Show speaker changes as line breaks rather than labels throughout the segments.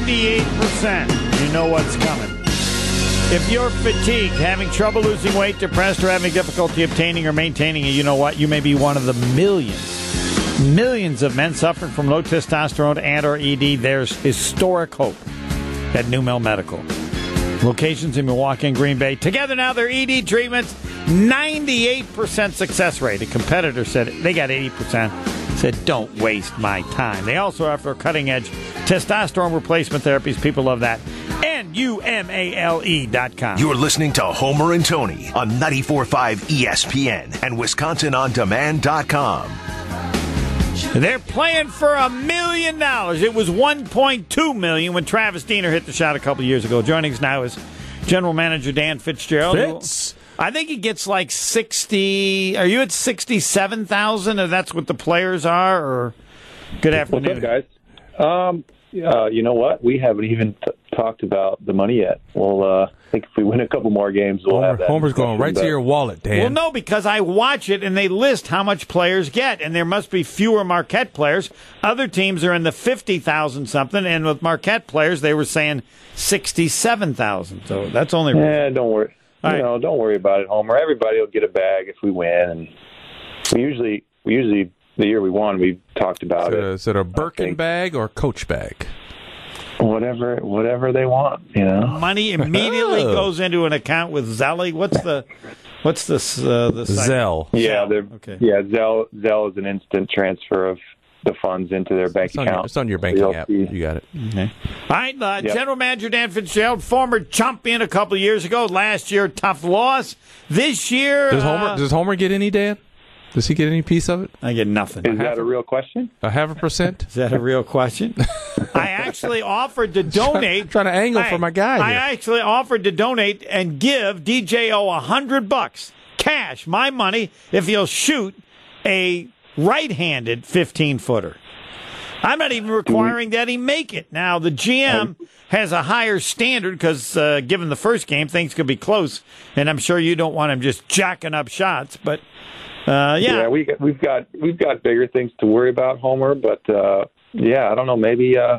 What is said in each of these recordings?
98%, you know what's coming. If you're fatigued, having trouble losing weight, depressed, or having difficulty obtaining or maintaining it, you know what? You may be one of the millions, millions of men suffering from low testosterone and or ED. There's historic hope at New Mel Medical. Locations in Milwaukee and Green Bay. Together now, their ED treatments, 98% success rate. A competitor said they got 80% said, Don't waste my time. They also offer cutting edge testosterone replacement therapies. People love that. And E umale.com.
You're listening to Homer and Tony on 94.5 ESPN and WisconsinOnDemand.com.
They're playing for a million dollars. It was 1.2 million when Travis Diener hit the shot a couple years ago. Joining us now is General Manager Dan Fitzgerald.
Fitz.
I think he gets like 60. Are you at 67,000? And that's what the players are? Or good
What's
afternoon.
up, guys? Um, uh, you know what? We haven't even t- talked about the money yet. Well, uh, I think if we win a couple more games, we'll have
Homer,
that.
Homer's going right to your wallet, Dan.
Well, no, because I watch it and they list how much players get, and there must be fewer Marquette players. Other teams are in the 50,000 something, and with Marquette players, they were saying 67,000. So that's only.
Yeah, don't worry.
All right.
You know, don't worry about it, Homer. Everybody will get a bag if we win. And we usually, we usually, the year we won, we talked
Is
about
it, a,
it.
is it a Birkin
think-
bag or a Coach bag?
Whatever, whatever they want. You know,
Money immediately
Oh.
goes into an account with Zelly. What's the. What's this? Uh, the site?
Zell.
yeah, they're
Okay.
yeah. Zell, Zell is an instant transfer of the funds into their bank
It's on,
account.
your, it's on your
So
banking
you'll
app.
see-
You got it.
All right, uh,
Yep.
General Manager Dan Fitzgerald, former champion a couple years ago. Last year, tough loss. This year,
Does
uh,
Homer does Homer get any, Dan? Does he get any piece of it?
I get nothing.
Is that a real question?
A half a percent?
Is that a real question? I actually offered to donate.
trying to angle
I-
for my guy
I
here.
actually offered to donate and give DJO a hundred bucks cash, my money, if he'll shoot a right-handed 15-footer. I'm not even requiring that he make it. Now the GM has a higher standard because, uh, given the first game, things could be close, and I'm sure you don't want him just jacking up shots. But uh,
Yeah,
yeah,
we we've got we've got bigger things to worry about, Homer. But uh, yeah, I don't know. Maybe uh,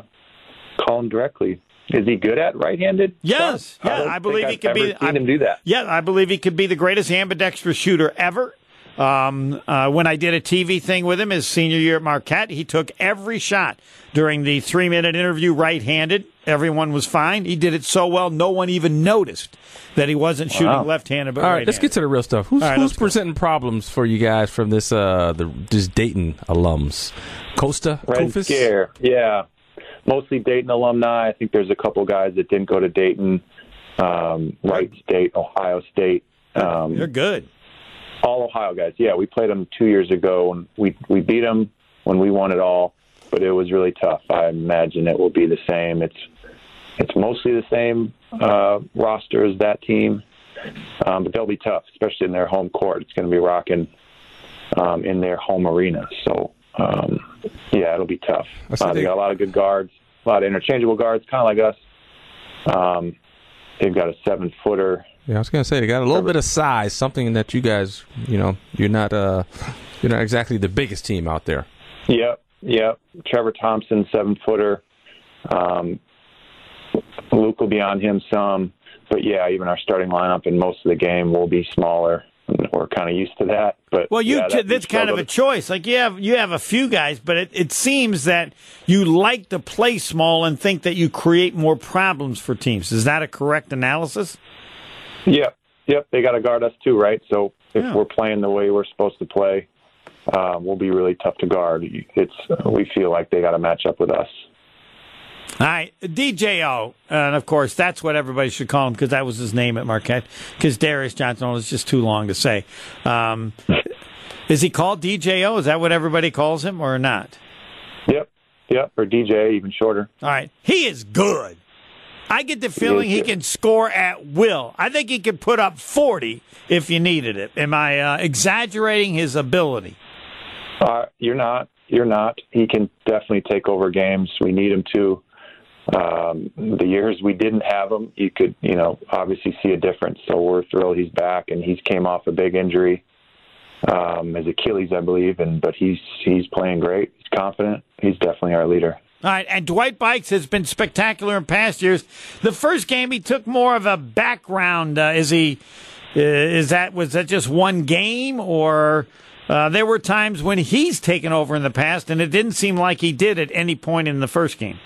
call him directly. Is he good at right-handed?
Yes,
I
yeah,
don't
I
think
believe he
I've
could be.
ever seen
I-
him do that.
Yeah, I believe he could be the greatest ambidextrous shooter ever. Um, uh, when I did a TV thing with him his senior year at Marquette, he took every shot during the three minute interview right handed. Everyone was fine. He did it so well, no one even noticed that he wasn't shooting
Wow.
left handed. But
All right,
right
let's get to the real stuff. Who's,
All right,
who's
let's go.
presenting problems for you guys from this uh the this Dayton alums? Costa,
Red
Kufis?
Scare. Yeah, mostly Dayton alumni. I think there's a couple guys that didn't go to Dayton, um, Wright State, Ohio State. Um,
You're good.
all Ohio guys. Yeah, we played them two years ago, and we we beat them when we won it all. But it was really tough. I imagine it will be the same. It's it's mostly the same uh, roster as that team, um, but they'll be tough, especially in their home court. It's going to be rocking um, in their home arena. So um, yeah, it'll be tough.
I see
Uh, they
they-
got a lot of good guards, a lot of interchangeable guards, kind of like us. Um, they've got a seven footer.
Yeah, I was gonna say they got a little bit of size, something that you guys, you know, you're not uh you're not exactly the biggest team out there.
Yep, yep. Trevor Thompson, seven footer. Um, Luke will be on him some, but yeah, even our starting lineup in most of the game will be smaller. We're kind of used to that, but
Well, you
yeah,
t-
that-
that's kind of a choice. Like you have you have a few guys, but it, it seems that you like to play small and think that you create more problems for teams. Is that a correct analysis?
Yep, yep. They got to guard us too, right? So if
Yeah.
we're playing the way we're supposed to play, uh, we'll be really tough to guard. It's we feel like they got to match up with us.
All right, DJO, and of course that's what everybody should call him because that was his name at Marquette. Because Darius Johnson well, it's just too long to say. Um, is he called DJO? Is that what everybody calls him, or not?
Yep, yep. Or DJ, even shorter.
All right, he is good. I get the feeling he can score at will. I think he could put up forty if you needed it. Am I uh, exaggerating his ability?
Uh, you're not. You're not. He can definitely take over games. We need him to. Um, the years we didn't have him, you could, you know, obviously see a difference. So we're thrilled he's back, and he's came off a big injury, um, his Achilles, I believe, and but he's he's playing great. He's confident. He's definitely our leader.
All All right, and Dwight Bikes has been spectacular in past years. The first game he took more of a background. Uh, is he? Uh, is that was that just one game, or uh, there were times when he's taken over in the past, and it didn't seem like he did at any point in the first game.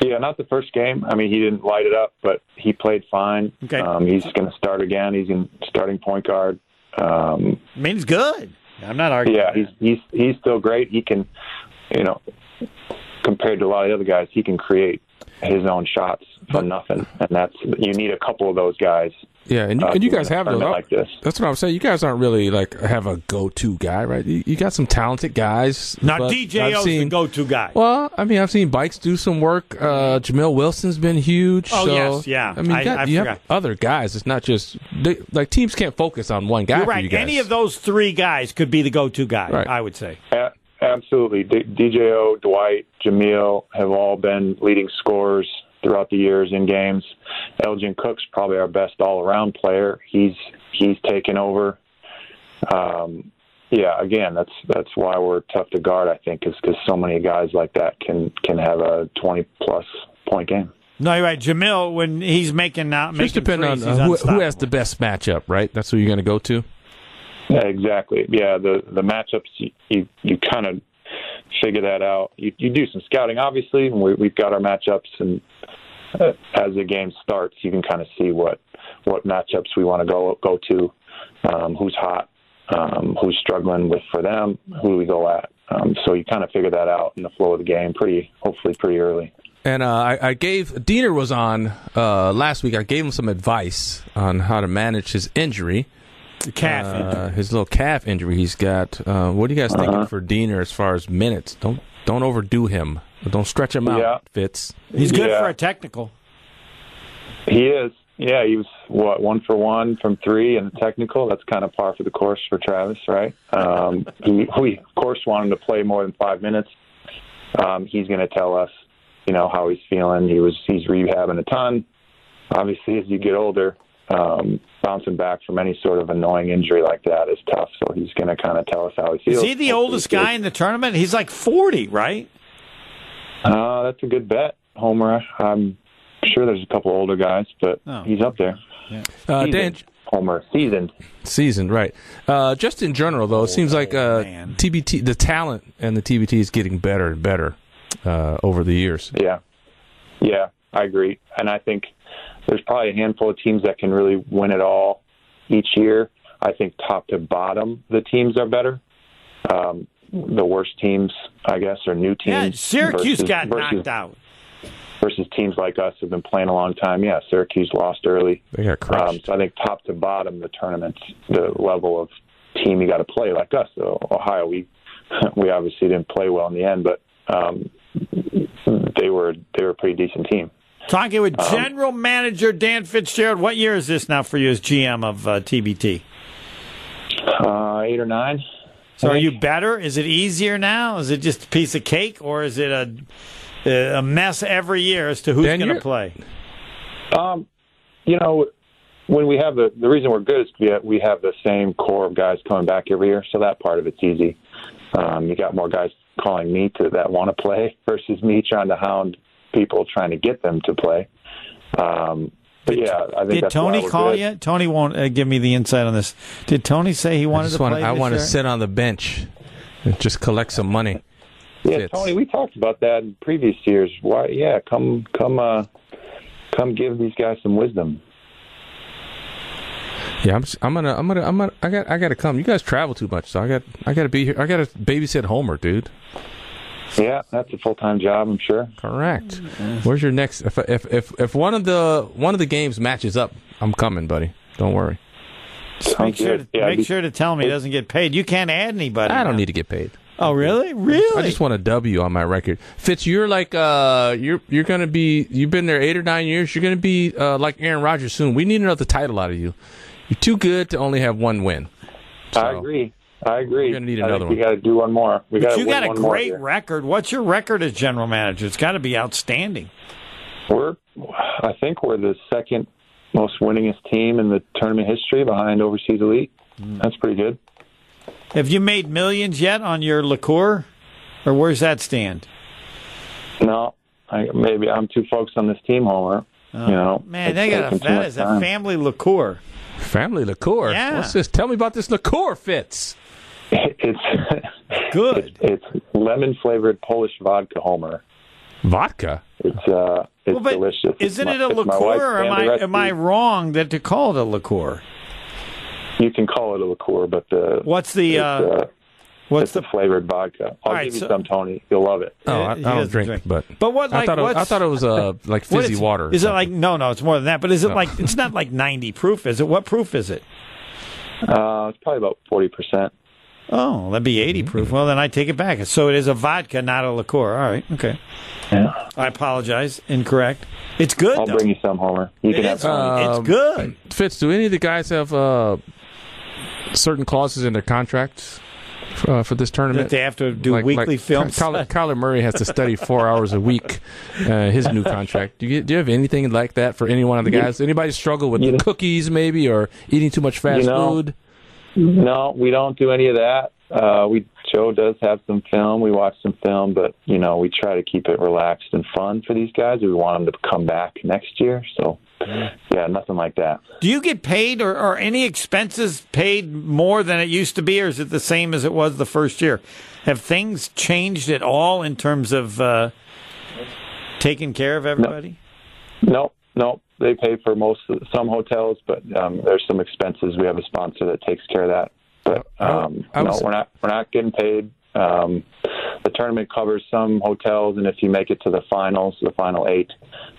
Yeah, not the first game. I mean, he didn't light it up, but he played fine.
Okay.
Um, he's going to start again. He's in starting point guard. Um,
I mean, he's good. I'm not arguing.
yeah, he's he's he's still great. He can, you know, compared to a lot of the other guys, he can create his own shots from nothing, and that's you need a couple of those guys.
Yeah, and you,
Uh,
and you guys have those.
tournament like
up-
this.
That's what I'm saying. You guys aren't really like have a go-to guy, right? You, you got some talented guys.
Now
but I've
DJ O's the
seen-
go-to guy.
Well, I mean, I've seen bikes do some work. Uh, Jamil Wilson's been huge.
Oh,
so,
yes, yeah.
I mean, you,
I-
got,
I
you
forgot.
have other guys. It's not just they, like teams can't focus on one guy.
You're
for
right.
you guys.
Any of those three guys could be the go-to guy.
Right.
I would say.
A- absolutely, D- DJO, Dwight, Jameel have all been leading scorers throughout the years in games. Elgin Cook's probably our best all-around player. He's he's taken over. Um, yeah, again, that's that's why we're tough to guard. I think is because so many guys like that can can have a twenty-plus point game.
No, you're right. Jamil, when he's making out,
just
making
depend on
threes,
uh,
he's
who, who has
unstoppable.
the best matchup, right? That's who you're going to go to.
Yeah, exactly. Yeah, the the matchups you you, you kind of figure that out. You you do some scouting, obviously, and we, we've got our matchups, and uh, as the game starts, you can kind of see what what matchups we want to go go to, um, who's hot, um, who's struggling with for them, who we go at. Um, so you kind of figure that out in the flow of the game, pretty hopefully pretty early.
And uh, I, I gave Diener was on uh, last week. I gave him some advice on how to manage his injury,
calf injury.
uh, his little calf injury he's got. Uh, what are you guys thinking for Diener as far as minutes? Don't don't overdo him. Don't stretch him out,
Yeah.
Fitz.
He's good
Yeah.
for a technical.
He is. Yeah, he was what one for one from three and technical. That's kind of par for the course for Travis, right? Um, he, we of course want him to play more than five minutes. Um, he's going to tell us, you know, how he's feeling. He was he's rehabbing a ton. Obviously, as you get older, um, bouncing back from any sort of annoying injury like that is tough. So he's going to kind of tell us how he
Is
feels.
he the oldest guy in the tournament? He's like 40, right?
Uh, that's a good bet, Homer. I'm sure there's a couple older guys, but
Oh.
he's up there.
Uh, Dan,
Seasoned. Homer seasoned.
season, right? Uh, just in general, though, it seems like uh,
man.
TBT, the talent and the TBT is getting better and better uh, over the years.
Yeah. Yeah, I agree. And I think there's probably a handful of teams that can really win it all each year. I think top to bottom, the teams are better. Um, the worst teams, I guess, are new teams.
Yeah, Syracuse
Mm-hmm. versus-
got
versus,
knocked out.
Versus teams like us who've been playing a long time. Yeah, Syracuse lost early.
They got
Um,
crushed.
so I think top to bottom, the tournaments, the level of team you got to play, like us, so Ohio, we we obviously didn't play well in the end, but um, they were they were a pretty decent team.
Talking with
Um,
General Manager Dan Fitzgerald. What year is this now for you as GM of uh, TBT?
Uh, eight or nine.
So are you better? Is it easier now? Is it just a piece of cake, or is it a a mess every year as to who's
Dan,
going to
you're-
play?
Um, you know, when we have the the reason we're good is we have, we have the same core of guys coming back every year, so that part of it's easy. Um, you got more guys calling me to that want to play versus me trying to hound people trying to get them to play. Um, but yeah, I think
Did
that's why
Tony
we're
call
good.
you? Tony won't uh, give me the insight on this. Did Tony say he
I
wanted
just
to
want
play?
I
this
want to
year?
sit on the bench and just collect some money.
Yeah,
Fits.
Tony, we talked about that in previous years. Why? Yeah, come, come, uh, come, give these guys some wisdom.
Yeah, I'm, s- I'm gonna, I'm gonna, I'm gonna, I got, I gotta come. You guys travel too much, so I got, I gotta be here. I gotta babysit Homer, dude.
Yeah, that's a full time job, I'm sure.
Correct.
Mm.
Where's your next? If, if, if, if one of the, one of the games matches up, I'm coming, buddy. Don't worry.
Just make
Sounds
sure, to,
good. Yeah,
make
be-
sure to tell me he doesn't get paid. You can't add anybody.
I don't
now.
need to get paid.
Oh, really? Really?
I just want a W on my record. Fitz, you're like uh you're you're gonna be you've been there eight or nine years. You're gonna be uh, like Aaron Rodgers soon. We need another title out of you. You're too good to only have one win.
I
So-
agree. I agree.
We're gonna need
I
another
think We
one.
got to do one more. We
But
gotta
you
win
got a
Uh, one more
great
here.
record. What's your record as general manager? It's got to be outstanding.
We're, I think we're the second most winningest team in the tournament history behind Overseas Elite.
Mm.
That's pretty good.
Have you made millions yet on your liqueur, or where's that stand?
No, I, maybe I'm too focused on this team, Homer. you know,
Uh, Man,
it's
they got a,
taking too
that
much
is a
time.
family liqueur.
Family liqueur.
Yeah.
What's this? Tell me about this liqueur, Fitz.
It's
Good.
it's lemon flavored Polish vodka, Homer.
Vodka.
It's uh, it's
Well, but
delicious. It's
isn't
my-
it a
it's my wife's
liqueur? Or am
family
I am I
recipe.
wrong that to call it a liqueur?
You can call it a liqueur, but the
What's the
it's,
uh,
uh,
what's
it's
the
a flavored vodka. I'll
right,
give you
so-
some, Tony. You'll love it.
Oh, I, I
He
don't
doesn't
drink,
drink.
but
But what,
I
like,
thought it was, I
what's-
thought it was uh like
what
fizzy
is-
water. or
Is it
something.
like no, no? It's more than that. But is it like it's not like ninety proof? Is it what proof is it?
Uh, it's probably about forty percent.
Oh, that'd be
Mm-hmm.
80 proof. Well, then I take it back. So it is a vodka, not a liqueur. All right. Okay.
Yeah,
I apologize. Incorrect. It's good.
I'll
though.
bring you some, Homer. You can have
it's,
some.
some.
it's good.
Fitz? Do any of the guys have uh certain clauses in their contracts for, uh, for this tournament?
That they have to do weekly film
Ky- Kyler, Kyler Murray has to study four hours a week. Uh, his new contract. Do you, do you have anything like that for any one of the guys? Anybody struggle with
You know-
cookies, maybe, or eating too much fast
You know,
food?
No, we don't do any of that. Uh, we Joe does have some film. We watch some film, but you know we try to keep it relaxed and fun for these guys. We want them to come back next year. So yeah, nothing like that.
Do you get paid or are any expenses paid more than it used to be, or is it the same as it was the first year? Have things changed at all in terms of uh, taking care of everybody?
No, no, they pay for most of, some hotels, but um, there's some expenses. We have a sponsor that takes care of that. But um,
I was-
no, we're not we're not getting paid. Um, the tournament covers some hotels, and if you make it to the finals, the final eight,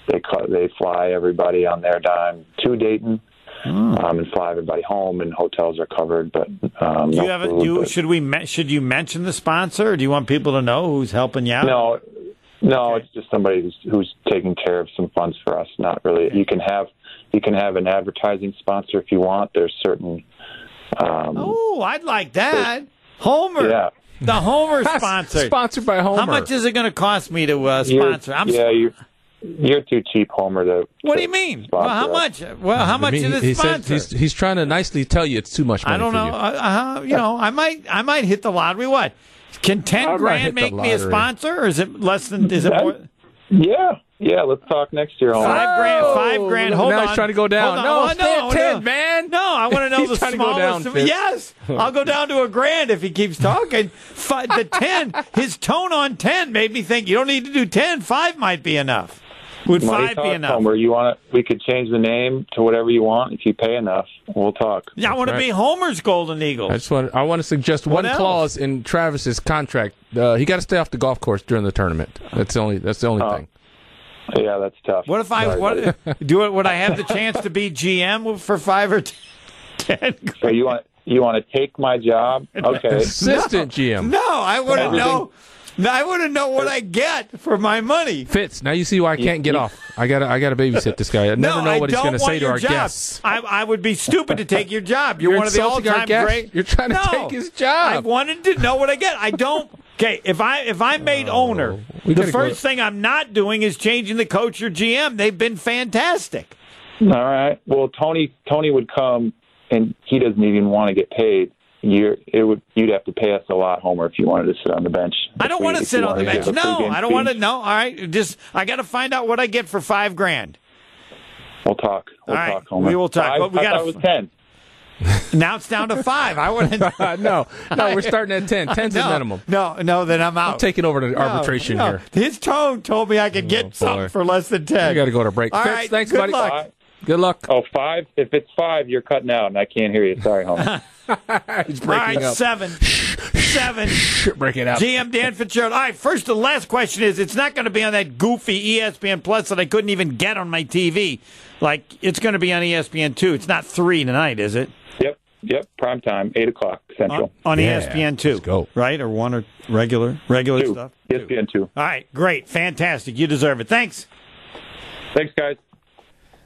they co- they fly everybody on their dime to Dayton.
Hmm.
Um, and fly everybody home, and hotels are covered. But um,
Do
no
you have? A,
food,
do you,
but-
should we? Me- should you mention the sponsor? Or do you want people to know who's helping you out?
No, no, it's just somebody who's, who's taking care of some funds for us. Not really. You can have you can have an advertising sponsor if you want. There's certain. Um,
Oh, I'd like that. Homer.
Yeah.
The Homer sponsor.
Sponsored by Homer.
How much is it going to cost me to uh,
you're-
sponsor? I'm,
yeah, you're you're too cheap, Homer. To
What do
to
you mean?
sponsor
Well, how
us.
much? Well, how much
I mean,
is
he,
this
he said
sponsor?
he's, he's trying to nicely tell you it's too much money.
I don't
for
know.
you.
Uh, uh, you know, I might, I might hit the lottery. What? Can ten
I might
grand
hit the
make me a
lottery.
sponsor, or is it less than? Is it
That-
more?
Yeah, yeah. Let's talk next year, Homer.
Five grand. Five
Oh,
grand.
now
Hold on.
he's trying to go
Hold
down.
on.
No,
Hold on.
stay at
I wanna
10,
know-
man.
No, I want to know
He's
the
trying to go
smallest.
down, Fitz.
yes, I'll go down to a grand if he keeps talking. Fi the ten. His tone on ten made me think you don't need to do ten. Five might be enough. Would
Money
five
talk,
be enough?
Homer. You want it? We could change the name to whatever you want if you pay enough. We'll talk.
Yeah, I want to
Right.
be Homer's Golden Eagle.
I just want I want to suggest one
else?
clause in Travis's contract. Uh, he got to stay off the golf course during the tournament. That's the only that's the only
Oh.
thing.
Yeah, that's tough.
What if I
Sorry, buddy.
what do it? Would I have the chance to be GM for five or ten?
So you want you want to take my job? Okay.
Assistant GM
No, I want to know. No, I want to know what I get for my money.
Fitz. Now you see why I can't get off. I gotta I gotta babysit this guy. I never
no,
know
I
what he's
don't
gonna
want
say to
your
our
job.
guests.
I, I would be stupid to take your job. You're,
You're
one of the
insulting our
all-time
guest.
great.
You're trying to
No.
take his job.
I wanted to know what I get. I don't. Okay, if I if I'm made owner,
Oh, We
the
gotta go-
first thing I'm not doing is changing the coach or GM. They've been fantastic.
All right. Well, Tony Tony would come, and he doesn't even want to get paid. You're, it would you'd have to pay us a lot, Homer, if you wanted to sit on the bench.
I don't want to sit on the bench. No, I don't want to.
to.
No, all right. Just I got to find out what I get for five grand.
We'll talk. We'll
All right,
talk, Homer.
we will talk,
Five?
but we
I
gotta-
thought it was ten.
Now it's down to five. I want to.
Uh, no, no, we're starting at ten. Ten's the
No,
minimum.
No, no, then I'm out.
Taking over to
No,
arbitration
no.
here. Oh,
His tone told me I could get something for less than ten.
We got to go to break.
All
Fitz,
right,
thanks,
good
buddy.
luck.
All right.
Good luck.
Oh, five. If it's five, you're cutting out, and I can't hear you. Sorry, Homer.
He's
All right,
breaking up.
seven, seven.
Break it out.
GM Dan Fitzgerald. All right, first the last question is it's not going to be on that goofy E ESPN Plus that I couldn't even get on my TV. Like it's going to be on E ESPN two. It's not three tonight, is it?
yep, yep. Prime time, eight o'clock
On,
Central.
on E
Yeah,
ESPN two.
let's go.
Right or one or regular regular
two. E
stuff.
ESPN two.
All right, great, fantastic. You deserve it. Thanks.
Thanks, guys.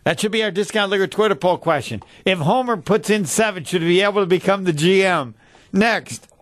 That should be our discount liquor Twitter poll question. If Homer puts in seven, should he be able to become the GM? Next.